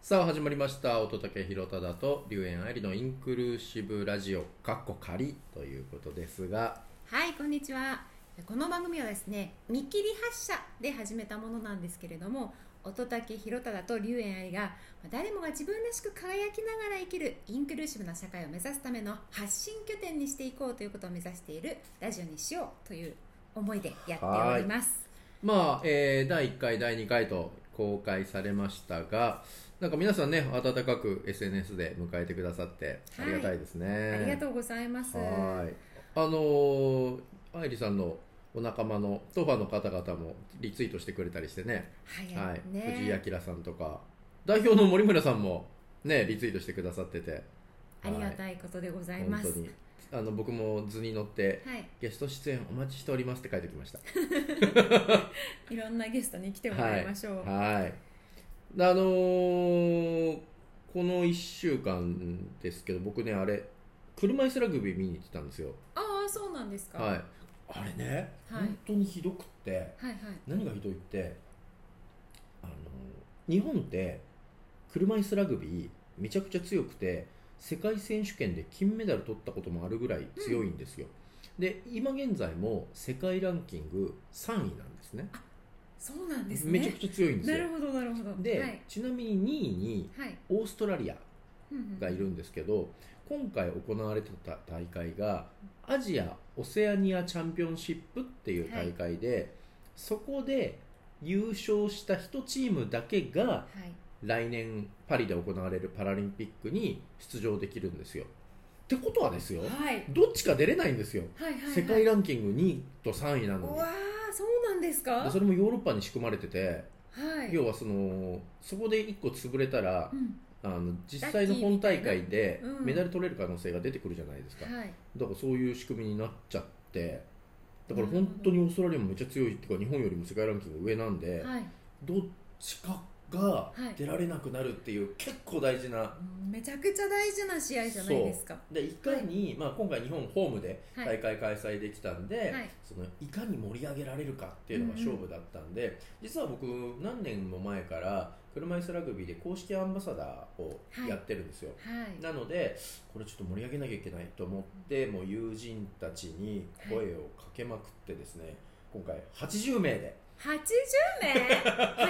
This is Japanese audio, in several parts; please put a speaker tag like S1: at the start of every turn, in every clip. S1: さあ始まりました乙武宏忠と龍園愛理のインクルーシブラジオかっこ仮ということですが
S2: はいこんにちはこの番組はですね見切り発車で始めたものなんですけれども乙武宏忠と龍園愛が誰もが自分らしく輝きながら生きるインクルーシブな社会を目指すための発信拠点にしていこうということを目指しているラジオにしようという思いでやっております
S1: まあ、えー第1回第2回と公開されましたがなんか皆さんね温かく SNS で迎えてくださってあ
S2: はい
S1: りがたいですね、
S2: ありがとうございます
S1: はいあのー愛理さんのお仲間のトファの方々もリツイートしてくれたりしてね
S2: 早い
S1: はい、藤
S2: ね
S1: 井明さんとか代表の森村さんもねリツイートしてくださってて
S2: ありが
S1: は
S2: たいことでござ
S1: い
S2: います
S1: 本当にあの僕も図に乗って
S2: はい
S1: ゲスト出演お待ちしておりますって書いておきました
S2: いろんなゲストに来てもらいましょうはい、
S1: はいであのーこの1週間ですけど僕ねあれ車椅子ラグビー見に行ってたんですよ
S2: ああそうなんですか、
S1: はいあれね、
S2: はい
S1: 本当にひどくって
S2: はいはい
S1: 何がひどいってあの日本って車椅子ラグビーめちゃくちゃ強くて世界選手権で金メダル取ったこともあるぐらい強いんですよ、で今現在も世界ランキング3位なんですね
S2: そうなんですね
S1: めちゃくちゃ強いんです
S2: な
S1: よ
S2: るほどなるほど
S1: で、
S2: はい
S1: ちなみに2位に
S2: はい
S1: オーストラリアがいる
S2: うん
S1: んですけど今回行われてた大会がアジア・オセアニアチャンピオンシップっていう大会で、そこで優勝した1チームだけが
S2: うんはい、
S1: 来年パリで行われるパラリンピックに出場できるんですよ。ってことはですよ
S2: はい、
S1: どっちか出れないんですよ
S2: はいはいはい
S1: 世界ランキング2位と3位な
S2: う
S1: のに
S2: わーそうなんですかは
S1: でそれもヨーロッパに仕組まれてて
S2: い
S1: 要はそのそこで1個潰れたら
S2: うん
S1: あの実際の本大会で
S2: うん
S1: メダル取れる可能性が出てくるじゃないですか、
S2: はい
S1: だからそういう仕組みになっちゃってだから
S2: なるほど
S1: 本当にオーストラリアもめっちゃ強いっていうか日本よりも世界ランキング上なんで、
S2: はい
S1: どっちかが
S2: はい
S1: 出られなくなるっていう結構大事な
S2: うんめちゃくちゃ大事な試合じゃないですか
S1: でいかに、まあ、今回日本ホームで
S2: はい
S1: 大会開催できたんで、
S2: はい
S1: そのいかに盛り上げられるかっていうのが勝負だったんで、実は僕何年も前から車椅子ラグビーで公式アンバサダーをやってるんですよ、
S2: はい
S1: なのでこれちょっと盛り上げなきゃいけないと思ってもう友人たちに声をかけまくってですね今回80名で、
S2: 80名80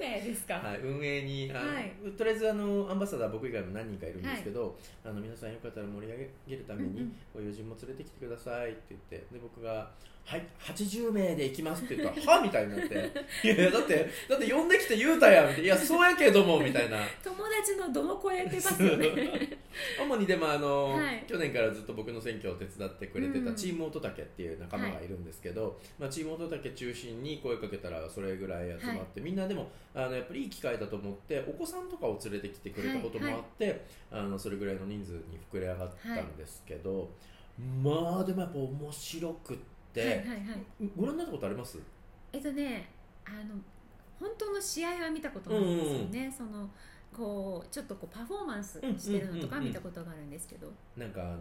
S2: 名ですか、
S1: はい、運営にあの、
S2: はい
S1: とりあえずあのアンバサダー僕以外も何人かいるんですけど、あの皆さんよかったら盛り上げるため
S2: うんう
S1: に
S2: ん
S1: ご友人も連れてきてくださいって言ってで僕が「はい80名で行きます」って言ったら「は?」みたいになって「いやいやだってだって呼んできて言うたやん」みたいな「いやそうやけども」みたいな。
S2: 友達のどの声出ますよね
S1: 主にでもあの、
S2: はい
S1: 去年からずっと僕の選挙を手伝ってくれて
S2: うんう
S1: た
S2: ん
S1: チーム乙武っていう仲間がいるんですけど、まあ、チーム乙武中心に声かけたらそれぐらい集まって、みんなでもあのやっぱりいい機会だと思ってお子さんとかを連れてきてくれたこともあって、あのそれぐらいの人数に膨れ上がったんですけど、まあでもやっぱ面白くって、
S2: はいはいはい
S1: ご覧になったことあります
S2: えっとねあの本当の試合は見たことないんですよね、そのこうちょっとこうパフォーマンスしてるのとかは見たことがあるんですけど、
S1: なんかあの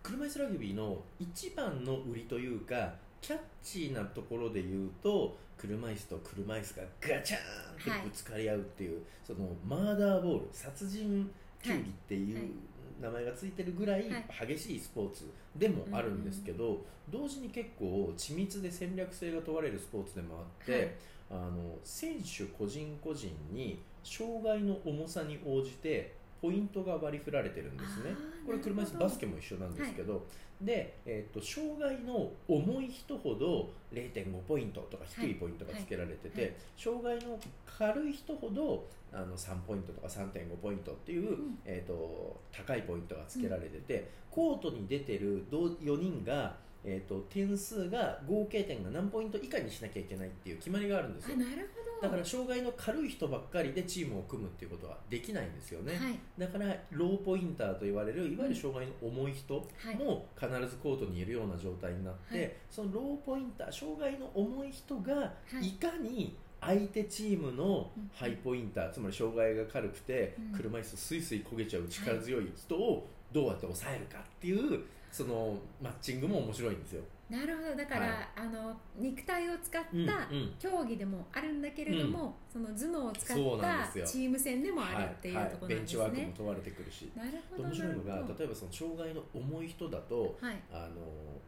S1: 車椅子ラグビーの一番の売りというかキャッチーなところで言うと車椅子と車椅子がガチャーンってぶつかり合うっていう、そのマーダーボール殺人球技ってい
S2: はいう
S1: 名前がついてるぐらい激しいスポーツでもあるんですけど、同時に結構緻密で戦略性が問われるスポーツでもあって、
S2: はい
S1: あの選手個人個人に障害の重さに応じてポイントが割り振られてるんですね。
S2: あー
S1: これ車椅子
S2: なるほど
S1: バスケも一緒なんですけど、で、えー、と障害の重い人ほど0.5ポイントとか低いポイントがつけられてて、
S2: はいは
S1: 障害の軽い人ほどあの3ポイントとか3.5ポイントっていう、
S2: ん
S1: えー、と高いポイントがつけられてて、コートに出てる同4人が、えー、と点数が合計点が何ポイント以下にしなきゃいけないっていう決まりがあるんです
S2: あ
S1: よ。
S2: なるほど
S1: だから障害の軽い人ばっかりでチームを組むっていうことはできないんですよね。
S2: はい
S1: だからローポインターと言われるいわゆる障害の重い人
S2: はい
S1: も必ずコートにいるような状態になって、
S2: はい
S1: そのローポインター障害の重い人が
S2: はい
S1: いかに相手チームのハイポインターつまり障害が軽くて
S2: うん
S1: 車椅子スイスイ焦げちゃう力強い人をどうやって抑えるかっていうそのマッチングも面白いんですよ。
S2: なるほどだから、
S1: はい
S2: あの肉体を使った
S1: うんうん
S2: 競技でもあるんだけれども、その頭脳を使っ
S1: そうなんです
S2: た
S1: よ
S2: チーム戦でもあ
S1: は
S2: る
S1: い
S2: っていう
S1: は
S2: ところ
S1: ベ
S2: なん
S1: ン
S2: です
S1: チ
S2: ね、
S1: ワークも問われてくるし
S2: なるほど
S1: 面白いのが
S2: なるほど
S1: 例えばその障害の重い人だと
S2: はい
S1: あの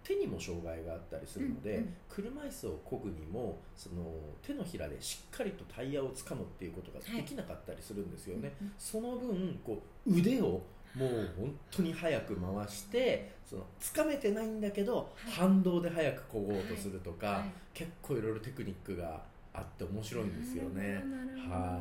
S1: 手にも障害があったりするので、
S2: うんうん
S1: 車椅子を漕ぐにもその手のひらでしっかりとタイヤをつかむっていうことができなかったりするんですよね、
S2: うんうん
S1: その分こう腕をもう本当に早く回してその掴めてないんだけど、
S2: はい
S1: 反動で早く漕ごうとするとか、
S2: はい
S1: 結構いろいろテクニックがあって面白いんですよね。
S2: なるほどなるほど
S1: はい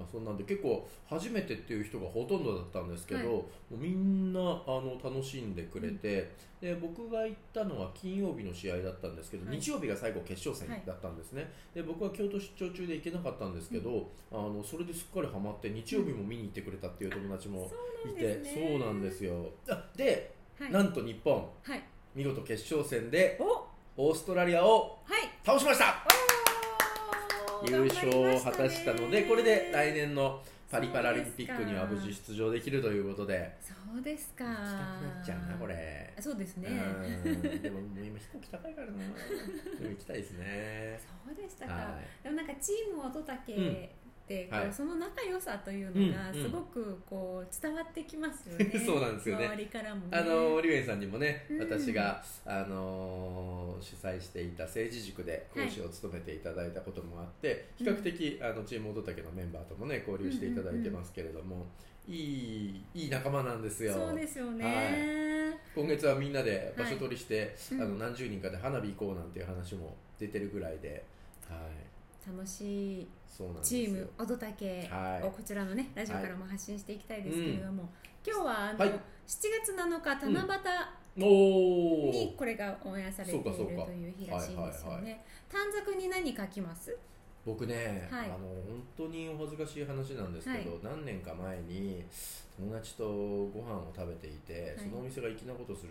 S1: まあ、そんなんで結構初めてっていう人がほとんどだったんですけど、
S2: はい
S1: もうみんなあの楽しんでくれて、で僕が行ったのは金曜日の試合だったんですけど、
S2: はい
S1: 日曜日が最後決勝戦だったんですね、で僕は京都出張中で行けなかったんですけど、あのそれですっかりハマって日曜日も見に行ってくれたっていう友達も
S2: そう
S1: い
S2: なん
S1: て、
S2: ですね
S1: そうなんですよあで、
S2: はい
S1: なんと日本
S2: はい
S1: 見事決勝戦で
S2: おは
S1: オーストラリアを
S2: い
S1: 倒しました
S2: おー
S1: 優勝
S2: 頑張りま
S1: を
S2: した
S1: 果
S2: ね
S1: たしたのでこれで来年のパリパラリンピックには無事出場できるということで
S2: そうですか
S1: 行きたくなっちゃうなこれ
S2: そうですね
S1: うんでももう今飛行機高いから なでも行きたいですね
S2: そうでしたか、
S1: はい
S2: でもなんかチーム乙武ってこう、
S1: はい
S2: その仲良さというのが
S1: うんうん
S2: すごくこう伝わってきますよね
S1: そうなんですよね
S2: 周りからもね
S1: あのリュウエンさんにもね、
S2: うん
S1: 私が、あのー主催していた政治塾で講師を務めていただいたこともあって、比較的あのチーム乙武のメンバーともね交流していただいてますけれども、いいいい仲間なんですよ
S2: そうですよね、
S1: 今月はみんなで場所取りして、
S2: うん
S1: あの何十人かで花火行こうなんていう話も出てるぐらいで、はい、
S2: 楽しい
S1: そうなんです
S2: チ
S1: よ
S2: ーム乙武
S1: はい
S2: をこちらのねラジオからも発信していきたいですけれども、今日はあの、
S1: はい
S2: 7月7日七夕
S1: お
S2: に
S1: ー
S2: これがオンエアされている
S1: そうか
S2: と
S1: そうか
S2: いう日らしいんですよ
S1: はいはいは
S2: ね短冊に何書きます
S1: 僕ね、
S2: はい
S1: あの本当にお恥ずかしい話なんですけど、
S2: は
S1: 何年か前に友達とご飯を食べていて、
S2: い
S1: そのお店が粋なことする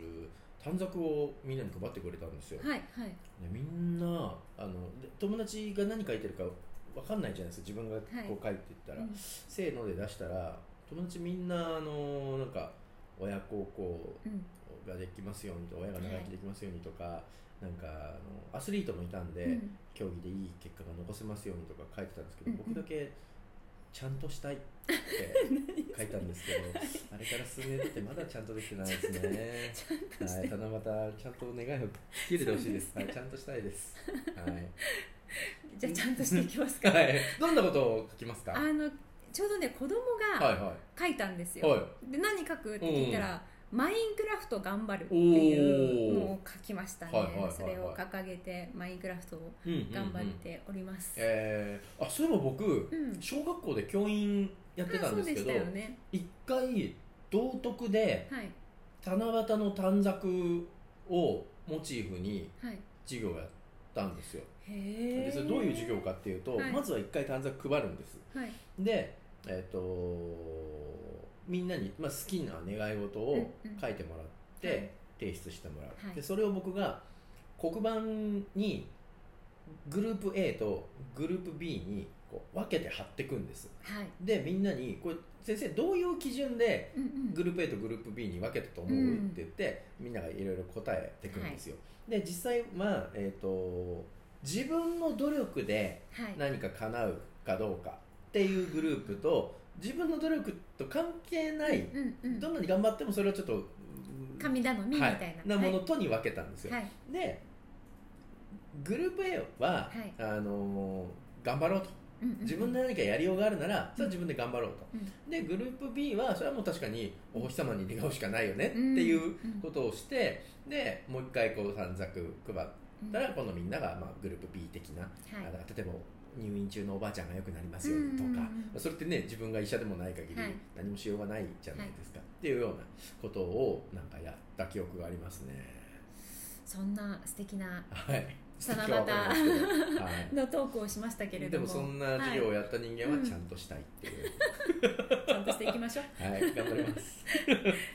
S1: 短冊をみんなに配ってくれたんですよ、
S2: はいはい
S1: でみんなあので友達が何書いてるか分かんないじゃないですか自分がこう書いていったら、
S2: うん
S1: せーので出したら友達みんなあのなんか親孝行
S2: うん
S1: ができますようにと親が長生きできますようにとか、なんかあのアスリートもいたんで、
S2: うん
S1: 競技でいい結果が残せますようにとか書いてたんですけど、
S2: うん
S1: 僕だけちゃんとしたい って書いたんですけどあれから数年経ってまだちゃんとできてないです ね
S2: ちゃんとし
S1: はい
S2: て、
S1: 七夕ちゃんと願いを聞き入れてほしいですはい、ちゃんとしたい ですは
S2: じ ゃあちゃんとしていきますか、
S1: い、はい、どんなことを書きますか
S2: あ
S1: はい
S2: のちょうどね子供
S1: は
S2: が書いたいたんです
S1: い
S2: よ、
S1: はい
S2: で何書くって聞いたら、マインクラフト頑張る」って
S1: お
S2: いう
S1: ー
S2: のを書きましたね、
S1: はいはいはいはい
S2: それを掲げてマインクラフトを
S1: うんうんうん
S2: 頑張っております、
S1: えー、あそういえば僕、
S2: うん
S1: 小学校で教員やってたんですけど
S2: あそうでしたよね
S1: 一、回道徳で
S2: はい
S1: 七夕の短冊をモチーフに
S2: はい
S1: 授業をやったんですよ、
S2: へえ
S1: でそれどういう授業かっていうと、
S2: はい
S1: まずは一回短冊配るんです
S2: はい
S1: でえっ、とみんなに、まあ、好きな願い事を
S2: うんうん
S1: 書いてもらっ
S2: はい
S1: て提出してもらう、
S2: はい
S1: でそれを僕が黒板にグループ A とグループ B にこう分けて貼っていくんです
S2: はい
S1: でみんなにこれ先生どういう基準で
S2: うんうん
S1: グループ A とグループ B に分けたと思う、
S2: うん
S1: って言ってみんながいろいろ答えてくるんですよ、で実際まあえっ、と自分の努力で
S2: はい
S1: 何か叶うかどうかっていうグループと自分の努力と関係ない、
S2: うんうん
S1: どんなに頑張ってもそれをちょっと
S2: 神頼みみた
S1: はいい、
S2: な
S1: なものとに分けたんですよ、
S2: はいはい
S1: でグループ A は、
S2: はい
S1: あのー頑張ろうと
S2: うんうん
S1: 自分で何かやりようがあるなら、それは自分で頑張ろうと、
S2: うん
S1: でグループ B はそれはもう確かにお星様に願うしかないよねっていうことをしてでもう一回こう短冊配ったら今度みんながまあグループ B 的な、
S2: はい
S1: あだから例えば入院中のおばあちゃんが良くなりますようにと
S2: うんうん
S1: か、
S2: うん
S1: それってね自分が医者でもない限り
S2: はい
S1: 何もしようがないじゃないですか、っていうようなことをなんかやった記憶がありますね
S2: そんな素敵な
S1: はい
S2: 七夕
S1: 今日はわかりますけどはい
S2: のトークをしました けれ
S1: で
S2: ども
S1: もそんな授業をやった人間
S2: は
S1: はいちゃんとしたいっていう、
S2: ちゃんとしていき ましょう
S1: はい、頑張ります。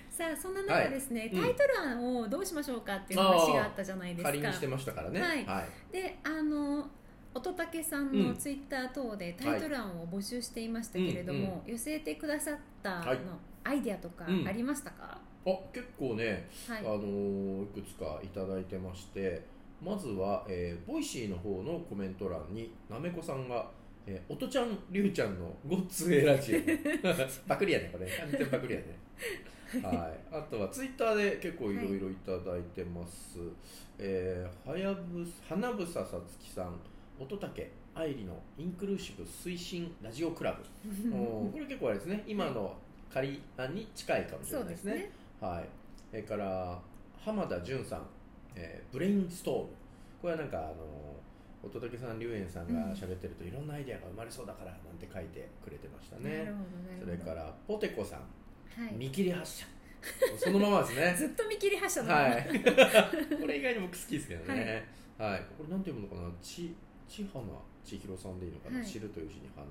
S2: さあそんな中ですね、
S1: はい
S2: タイトル案をどうしましょうかっていう話があったじゃないですか。
S1: 仮にしてましたからね。
S2: はい
S1: はい。
S2: であの乙武さんのツイッター等でタイトル案を募集していましたけれども、寄せてくださったの
S1: はい
S2: アイデアとか
S1: うん
S2: ありましたか、
S1: あ結構ね、
S2: は
S1: あ
S2: い、
S1: のーいくつかいただいてましてまずは、えーボイシーの方のコメント欄になめこさんが「えー、おとちゃんりゅうちゃんのごっつええラジオ」 パクリやねこれ完全パクリやねはい、あとはツイッターで結構いろいろいただいてます、えーはやぶはなぶささつきさん乙武愛理のインクルーシブ推進ラジオクラブおーこれ結構あれですね今の仮案に近いかもしれ
S2: そ
S1: な
S2: う
S1: いで
S2: ですす
S1: ね
S2: ね
S1: はいそれから浜田純さん、えーブレインストームこれはなんかあの乙武さん龍炎さんが喋ってるといろんなアイデアが生まれそうだからなんて書いてくれてました
S2: な
S1: ねそ
S2: る、ほどな
S1: れ
S2: るほど
S1: からポテコさん、
S2: はい、
S1: 見切り発車そのままですね
S2: ずっと見切り発車だな、
S1: はい、これ以外に僕好きですけどね、はいこれなんて読むのかなち千花千尋さんでいいのかな、
S2: はい
S1: 知るという字に花、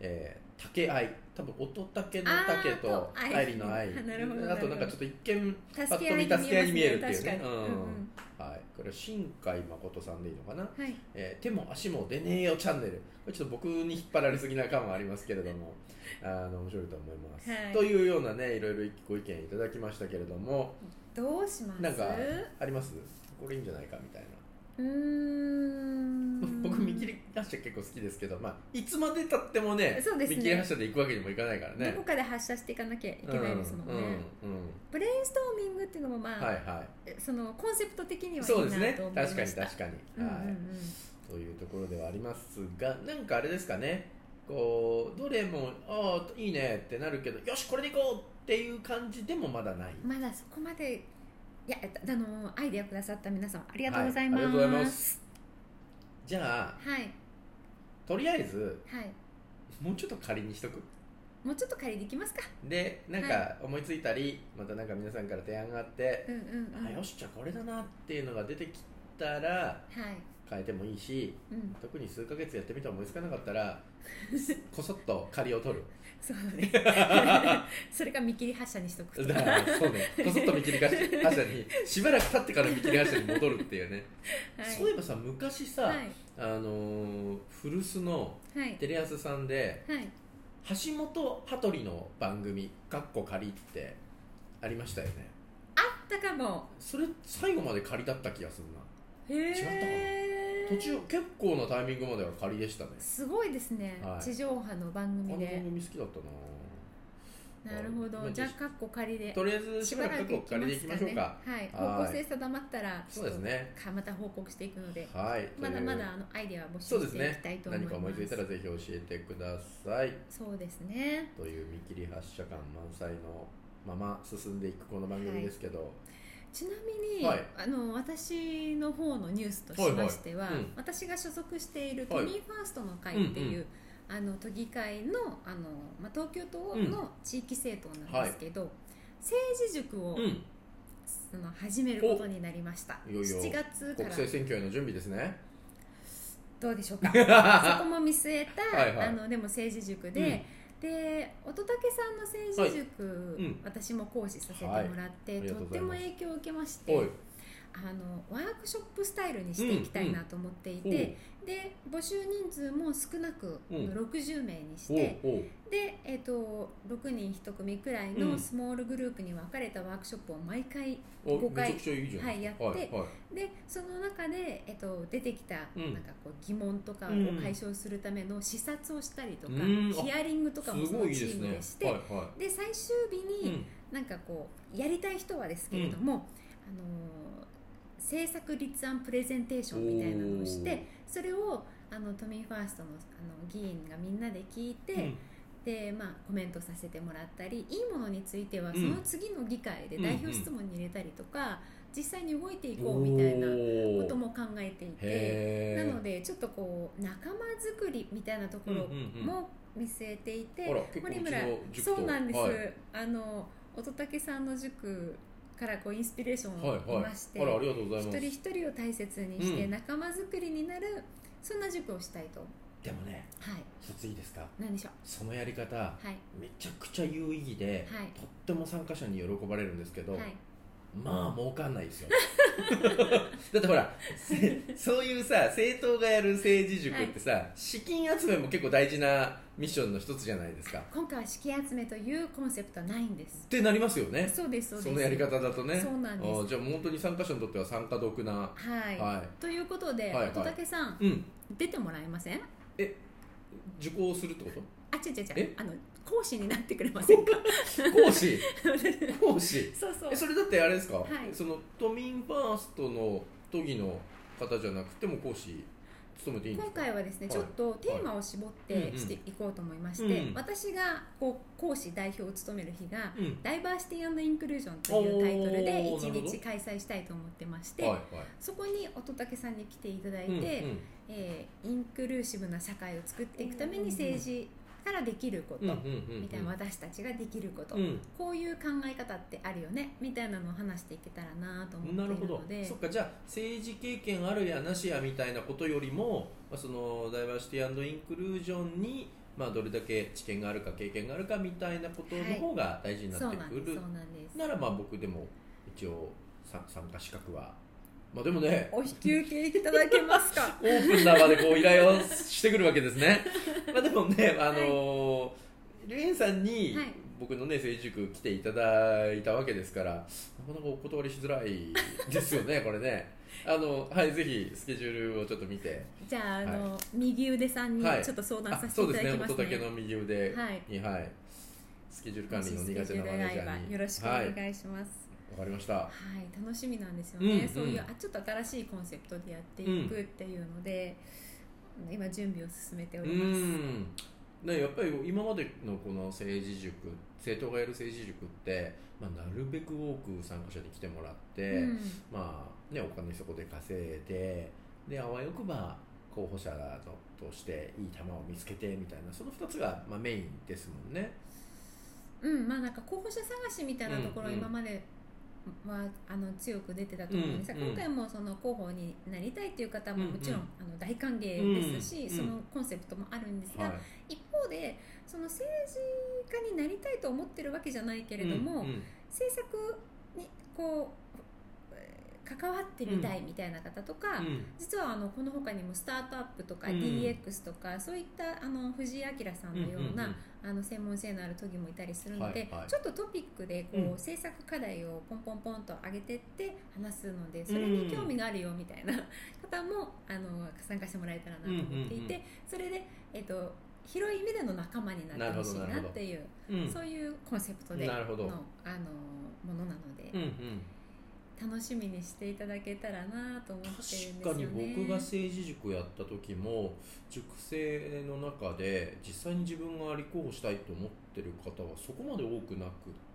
S1: えー、竹愛多分音竹の
S2: あー
S1: 竹と
S2: と愛
S1: 愛理の愛
S2: なるほど
S1: あとなんかちょっと一見
S2: 助け合いに
S1: パッと見助け合いに見
S2: 見
S1: え
S2: え
S1: るっ
S2: る
S1: ていうね
S2: 確か
S1: う
S2: に、
S1: ん
S2: うんうん
S1: はいこれは新海誠さんでいいのかな、
S2: はい、
S1: えー手も足も出ねえよチャンネルこれちょっと僕に引っ張られすぎな感はありますけれど もあの面白いと思います、
S2: はい
S1: というようなねいろいろご意見いただきましたけれども
S2: どうします
S1: なんかありますこれいいんじゃないかみたいな
S2: うー ん
S1: 僕見切り発車結構好きですけど、まあ、いつまでたってもね
S2: そうですね
S1: 見切り発車で行くわけにもいかないからね
S2: どこかで発射していかなきゃいけないですもんね、
S1: うんうんうん
S2: ブレインストーミングっていうのもまあ、
S1: はいは
S2: そのコンセプト的に
S1: い
S2: はいい
S1: そうです
S2: な
S1: ね
S2: と思いまし
S1: 確か
S2: た
S1: に確かに、はい
S2: うんうんうん
S1: というところではありますがなんかあれですかねこうどれもああいいねってなるけどよしこれでいこうっていう感じでもまだない
S2: まだそこまでいやえっとあのアイデアくださった皆さんありがとうございま
S1: は
S2: す、
S1: いありがとうございますじゃあ
S2: はい
S1: とりあえず
S2: はい
S1: もうちょっと仮にしとく
S2: もうちょっと借りできますか
S1: でなん
S2: は
S1: か思いついたり、またなんか皆さんから提案があって、
S2: うんうんうん
S1: あ
S2: はい
S1: よしじゃあこれだなっていうのが出てきたら変えてもいいし
S2: うん
S1: 特に数ヶ月やってみて思いつかなかったらこそっと借りを取る
S2: そうだね それか見切り発車にしとくと
S1: だから そうねこそっと見切り発車にしばらく経ってから見切り発車に戻るっていうね、
S2: はい
S1: そういえばさ昔さ、
S2: はい
S1: あのー古巣の
S2: はい
S1: テレ朝さんで
S2: はい
S1: 橋本羽鳥の番組「かっこ借り」ってありましたよね
S2: だからも
S1: それ最後まで仮だった気がするな
S2: うへえ
S1: 途中結構なタイミングまでは仮でしたね
S2: すごいですね、
S1: はい
S2: 地上波の番
S1: あの
S2: 組
S1: 番
S2: で
S1: 組好きだった
S2: なるほ
S1: ま
S2: ど
S1: あ
S2: じゃあかっこ仮で
S1: なとりあえずし
S2: し
S1: ば
S2: ば
S1: ら
S2: ら
S1: く
S2: く行
S1: こ
S2: き
S1: こ
S2: ま
S1: りですいき
S2: か
S1: ましょう
S2: ね
S1: か
S2: はい
S1: はい
S2: 方向性定まったら
S1: そうですね
S2: ちょっとまた報告していくので
S1: はい
S2: まだ
S1: という
S2: まだあのアイデアは募集
S1: そうで
S2: し
S1: す
S2: てい
S1: ね
S2: きたいと思い
S1: 何
S2: ます
S1: か思いついたらぜひ教えてください
S2: そうですね
S1: という見切り発車感満載のまま進んでいくこの番組ですけど、
S2: ちなみに、
S1: はい
S2: あの私の方のニュースとしましては、
S1: はいはいうん
S2: 私が所属している
S1: は
S2: 都
S1: い
S2: 民ファーストの会っていう、
S1: うんう
S2: あの都議会のあの、まあ、東京都の地域政党なんですけど、政治塾を、
S1: うん
S2: その始めることになりました
S1: おいよいよ
S2: 7月か
S1: 国
S2: ら
S1: 政選挙への準備ですね
S2: どうでしょう かそこも見据えた
S1: はいはい
S2: あのでも政治塾で、で乙武さんの政治塾、
S1: いうん
S2: 私も講師させてもらって、
S1: はいありがと
S2: と
S1: う
S2: っ
S1: ござ
S2: て
S1: い
S2: も
S1: ます
S2: 影響を受けまして
S1: おい
S2: あのワークショップスタイルにしていきたいなと思っ ていて、で募集人数も少なく
S1: うん
S2: 60名にし
S1: おう
S2: て、
S1: おう
S2: で、えっと6人1組くらい
S1: うん
S2: のスモールグループに分かれたワークショップを毎回
S1: おう
S2: 誤
S1: め
S2: 解
S1: ちゃくちゃいいじゃん
S2: はいやって
S1: はいはい
S2: でその中で、えっと、出てきた、
S1: うん
S2: なんかこう疑問とかを
S1: うん
S2: 解消するための視察をしたりとか、
S1: うんあ
S2: ヒアリングとかも
S1: す
S2: そ
S1: ご
S2: の
S1: いいい
S2: チ
S1: です
S2: ーム
S1: ね
S2: でして
S1: はいは
S2: で最終
S1: い、
S2: 日
S1: う
S2: に
S1: ん
S2: なんかこうやりたい人はですけれども、あのー制作立案プレゼンテーションみたいなのをしてそれをあの都民ファーストのあの議員がみんなで聞いて、
S1: おーうん
S2: でまあ、コメントさせてもらったりいいものについては
S1: ん
S2: その次の議会で代表質問に入れたりとか、実際に動いていこうみたいなことも考えていてな
S1: へー
S2: のでちょっとこう仲間作りみたいなところも見据えていて、
S1: あら結構う
S2: 森
S1: ち
S2: 村
S1: の塾と
S2: そうなんです、
S1: はい
S2: あの乙武さんの塾からこうインスピレーション
S1: はい
S2: を得
S1: はい
S2: まして、
S1: あらありがとうござい
S2: 一
S1: ます
S2: 人一人を大切にして
S1: うん
S2: 仲間作りになる、そんな塾をしたいと
S1: でもね
S2: はい
S1: 一ついいですか
S2: 何でしょう
S1: そのやり方
S2: はい
S1: めちゃくちゃ有意義で、
S2: はい
S1: とっても参加者に喜ばれるんですけど、
S2: はい
S1: まあ儲かんないですよ だってほらせそういうさ政党がやる政治塾ってさ、資金集めも結構大事なミッションの一つじゃないですかっ
S2: 今回は資金集めというコンセプトはないんです
S1: てなりますよね
S2: そうですそうです
S1: そのやり方だとね
S2: そうなんです
S1: あーじゃあもう本当に参加者にとっては参加得なは
S2: はい、
S1: い、
S2: ということで、
S1: はいはい
S2: 乙武さん
S1: うん
S2: 出てもらえません
S1: 受講するってこと
S2: あ違う違う違う
S1: え
S2: あの講師になってくれませんか
S1: 講師講師
S2: そうそう
S1: えそれだってあれですか、
S2: い
S1: その都民ファーストの都議の方じゃなくても講師務めていいんで
S2: 今
S1: すか
S2: 回はですね、
S1: はい
S2: ちょっとテーマを絞っ
S1: はいうん
S2: て
S1: うん
S2: していこうと思いまして、
S1: うんうん
S2: 私がこう講師代表を務める日が、
S1: うん
S2: ダイバーシティインクルージョンというタイトルで
S1: おーなる
S2: 1
S1: ほど
S2: 日開催したいと思ってまして、
S1: はいは
S2: そこに乙武さんに来ていただい
S1: い
S2: て、
S1: うんうん
S2: えーインクルーシブな社会を作っていくために政治からできること、
S1: うんうんうんうん
S2: みたいな私たちができること、
S1: う
S2: こういう考え方ってあるよねみたいなのを話していけたらなと思
S1: ん、なる
S2: って
S1: ほ
S2: いる
S1: ど
S2: ので
S1: そっかじゃあ政治経験あるやなしやみたいなことよりも、まあ、そのダイバーシティインクルージョンに、まあ、どれだけ知見があるか経験があるかみたいなことの方が大事にな
S2: そう
S1: って
S2: なん
S1: く
S2: です
S1: る、
S2: そうなんです
S1: ならまあ僕でも一応さ参加資格はまあでもね
S2: お引き受けいただけますか
S1: オープンな場でこう依頼をしてくるわけです ね。まあでもね、あのーリュエンさんに
S2: はい
S1: 僕のね政治塾来ていただいたわけですから、なかなかお断りしづらいです よね、これね。あのはいぜひスケジュールをちょっと見て、
S2: じゃああの、右腕さんに
S1: はい
S2: ちょっと相談
S1: あ
S2: させて
S1: そ
S2: いうた
S1: で
S2: だ
S1: すね、
S2: きます
S1: 乙
S2: ね、
S1: 武の右腕
S2: はい
S1: にはい、スケジュール管理の苦手なマネージャーに
S2: よろしくお
S1: はい、わか
S2: 願いします、
S1: りました。
S2: はい、楽しみなんですよ
S1: うんう
S2: ね、
S1: ん
S2: そういうあちょっと新しいコンセプトでやっていくっていうので、今準備を進めてお
S1: う
S2: ります、
S1: んね、やっぱり今までのこの政治塾政党がやる政治塾って、まあ、なるべく多く参加者に来てもらって、
S2: うん
S1: まあね、お金そこで稼いでであわよくば候補者としていい球を見つけてみたいなその2つが、まあ、メインですもんね。
S2: うんまあなんか候補者探しみたいなところ
S1: うんうん
S2: 今まではあの強く出てたと思うんですが、
S1: うんうん
S2: 今回もその候補になりたいという方ももちろん、
S1: うん
S2: あの大歓迎です
S1: う
S2: し、
S1: んうん
S2: そのコンセプトもあるんですが、
S1: はい
S2: 一方でその政治家になりたいと思ってるわけじゃないけれども、
S1: うんうん
S2: 政策にこうえー関わってみたいみたいな方とか、
S1: うん
S2: 実はあのこの他にもスタートアップとか
S1: うん
S2: DX とか、そういったあの藤井明さんのような、あの専門性のある都議もいたりするので、
S1: はいはい
S2: ちょっとトピックでこう、
S1: うん
S2: 政策課題をポンポンポンと上げてって話すのでそれに興味があるよみたいな 方もあの参加してもらえたらなと思って
S1: う
S2: いて、
S1: んうんうんうん
S2: それで、えっと広い目での仲間になってほしい
S1: なる
S2: な
S1: ほ
S2: っ
S1: ど
S2: ていう、
S1: うんうん
S2: そういうコンセプトでの
S1: な
S2: あ
S1: るほ
S2: の
S1: ど
S2: ものなので、
S1: うんうん
S2: 楽しみにしていただけたらなと思ってるんですよ
S1: 確かに
S2: ね。
S1: 僕が政治塾やった時も塾生の中で実際に自分が立候補したいと思ってる方はそこまで多くなくっ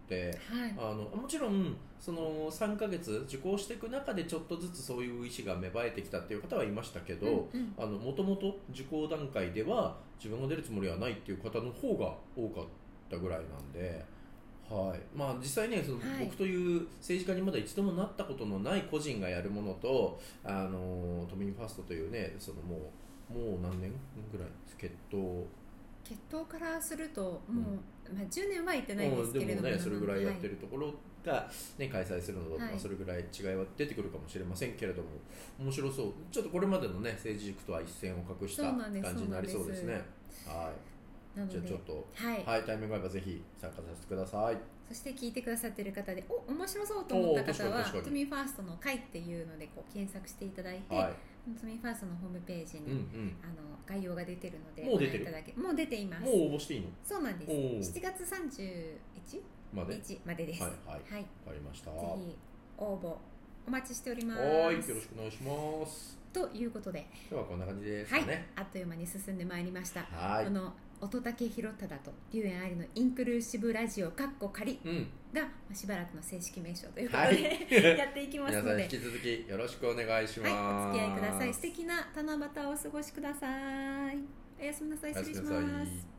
S1: て
S2: はい
S1: あのもちろんその3ヶ月受講していく中でちょっとずつそういう意思が芽生えてきたっていう方はいましたけど、
S2: うんうん
S1: あのもともと受講段階では自分が出るつもりはないっていう方の方が多かったぐらいなんで、はいまあ、実際ねその、
S2: はい
S1: 僕という政治家にまだ一度もなったことのない個人がやるものとあの都民ファーストというねそのもうもう何年ぐらい決闘
S2: 血統からするともう、まあ、10年は行ってないですけれど
S1: うん
S2: も
S1: でもねそれぐらいやって
S2: は
S1: るところが、ね、開催するのと、
S2: はい
S1: まあ、それぐらい違いは出てくるかもしれませんけれども面白そうちょっとこれまでのね政治塾とは一線を画した
S2: そうな
S1: 感
S2: んです
S1: じになりそうです
S2: そう
S1: ね
S2: なん。
S1: はい
S2: いなの
S1: じゃあ
S2: で
S1: ちょっと、
S2: はい、
S1: はい、タイミングがあればぜひ参加させてください。
S2: そして聞いてくださってる方でお面白そうと思った
S1: おー
S2: 方
S1: 確かに
S2: は
S1: 確かに
S2: 「トミーファーストの会」っていうのでこう検索していただいて、
S1: は
S2: トミーファーストのホームページ
S1: い、う
S2: に、
S1: ん
S2: あの概要が出てるので
S1: もう出てる
S2: ご覧いただけもう出てい
S1: うん、
S2: ま
S1: も
S2: す
S1: う応募していいの
S2: そうなんです
S1: おー
S2: 7月31
S1: まで。はい、
S2: 日までです
S1: は、
S2: はい
S1: わ
S2: い、
S1: かりました。
S2: ぜ
S1: は
S2: ひ応募お待ちしております
S1: ーい、よろしくお願いします。
S2: ということで、
S1: 今日はこんな感じです
S2: は
S1: か
S2: い
S1: ね。
S2: あっという間に進んでまいりました
S1: はい、
S2: この音竹弘忠と龍園ありのインクルーシブラジオかっこ仮
S1: うん、
S2: がまあしばらくの正式名称ということ
S1: はい
S2: で、 やっていきます
S1: 皆
S2: の
S1: さん
S2: で
S1: 引き続きよろしくお願いします。
S2: はい、お付き合いください素敵な七夕をお過ごしくださいおやすみなさい
S1: おや
S2: 失
S1: す
S2: 礼
S1: み
S2: し
S1: なさ
S2: ます
S1: い。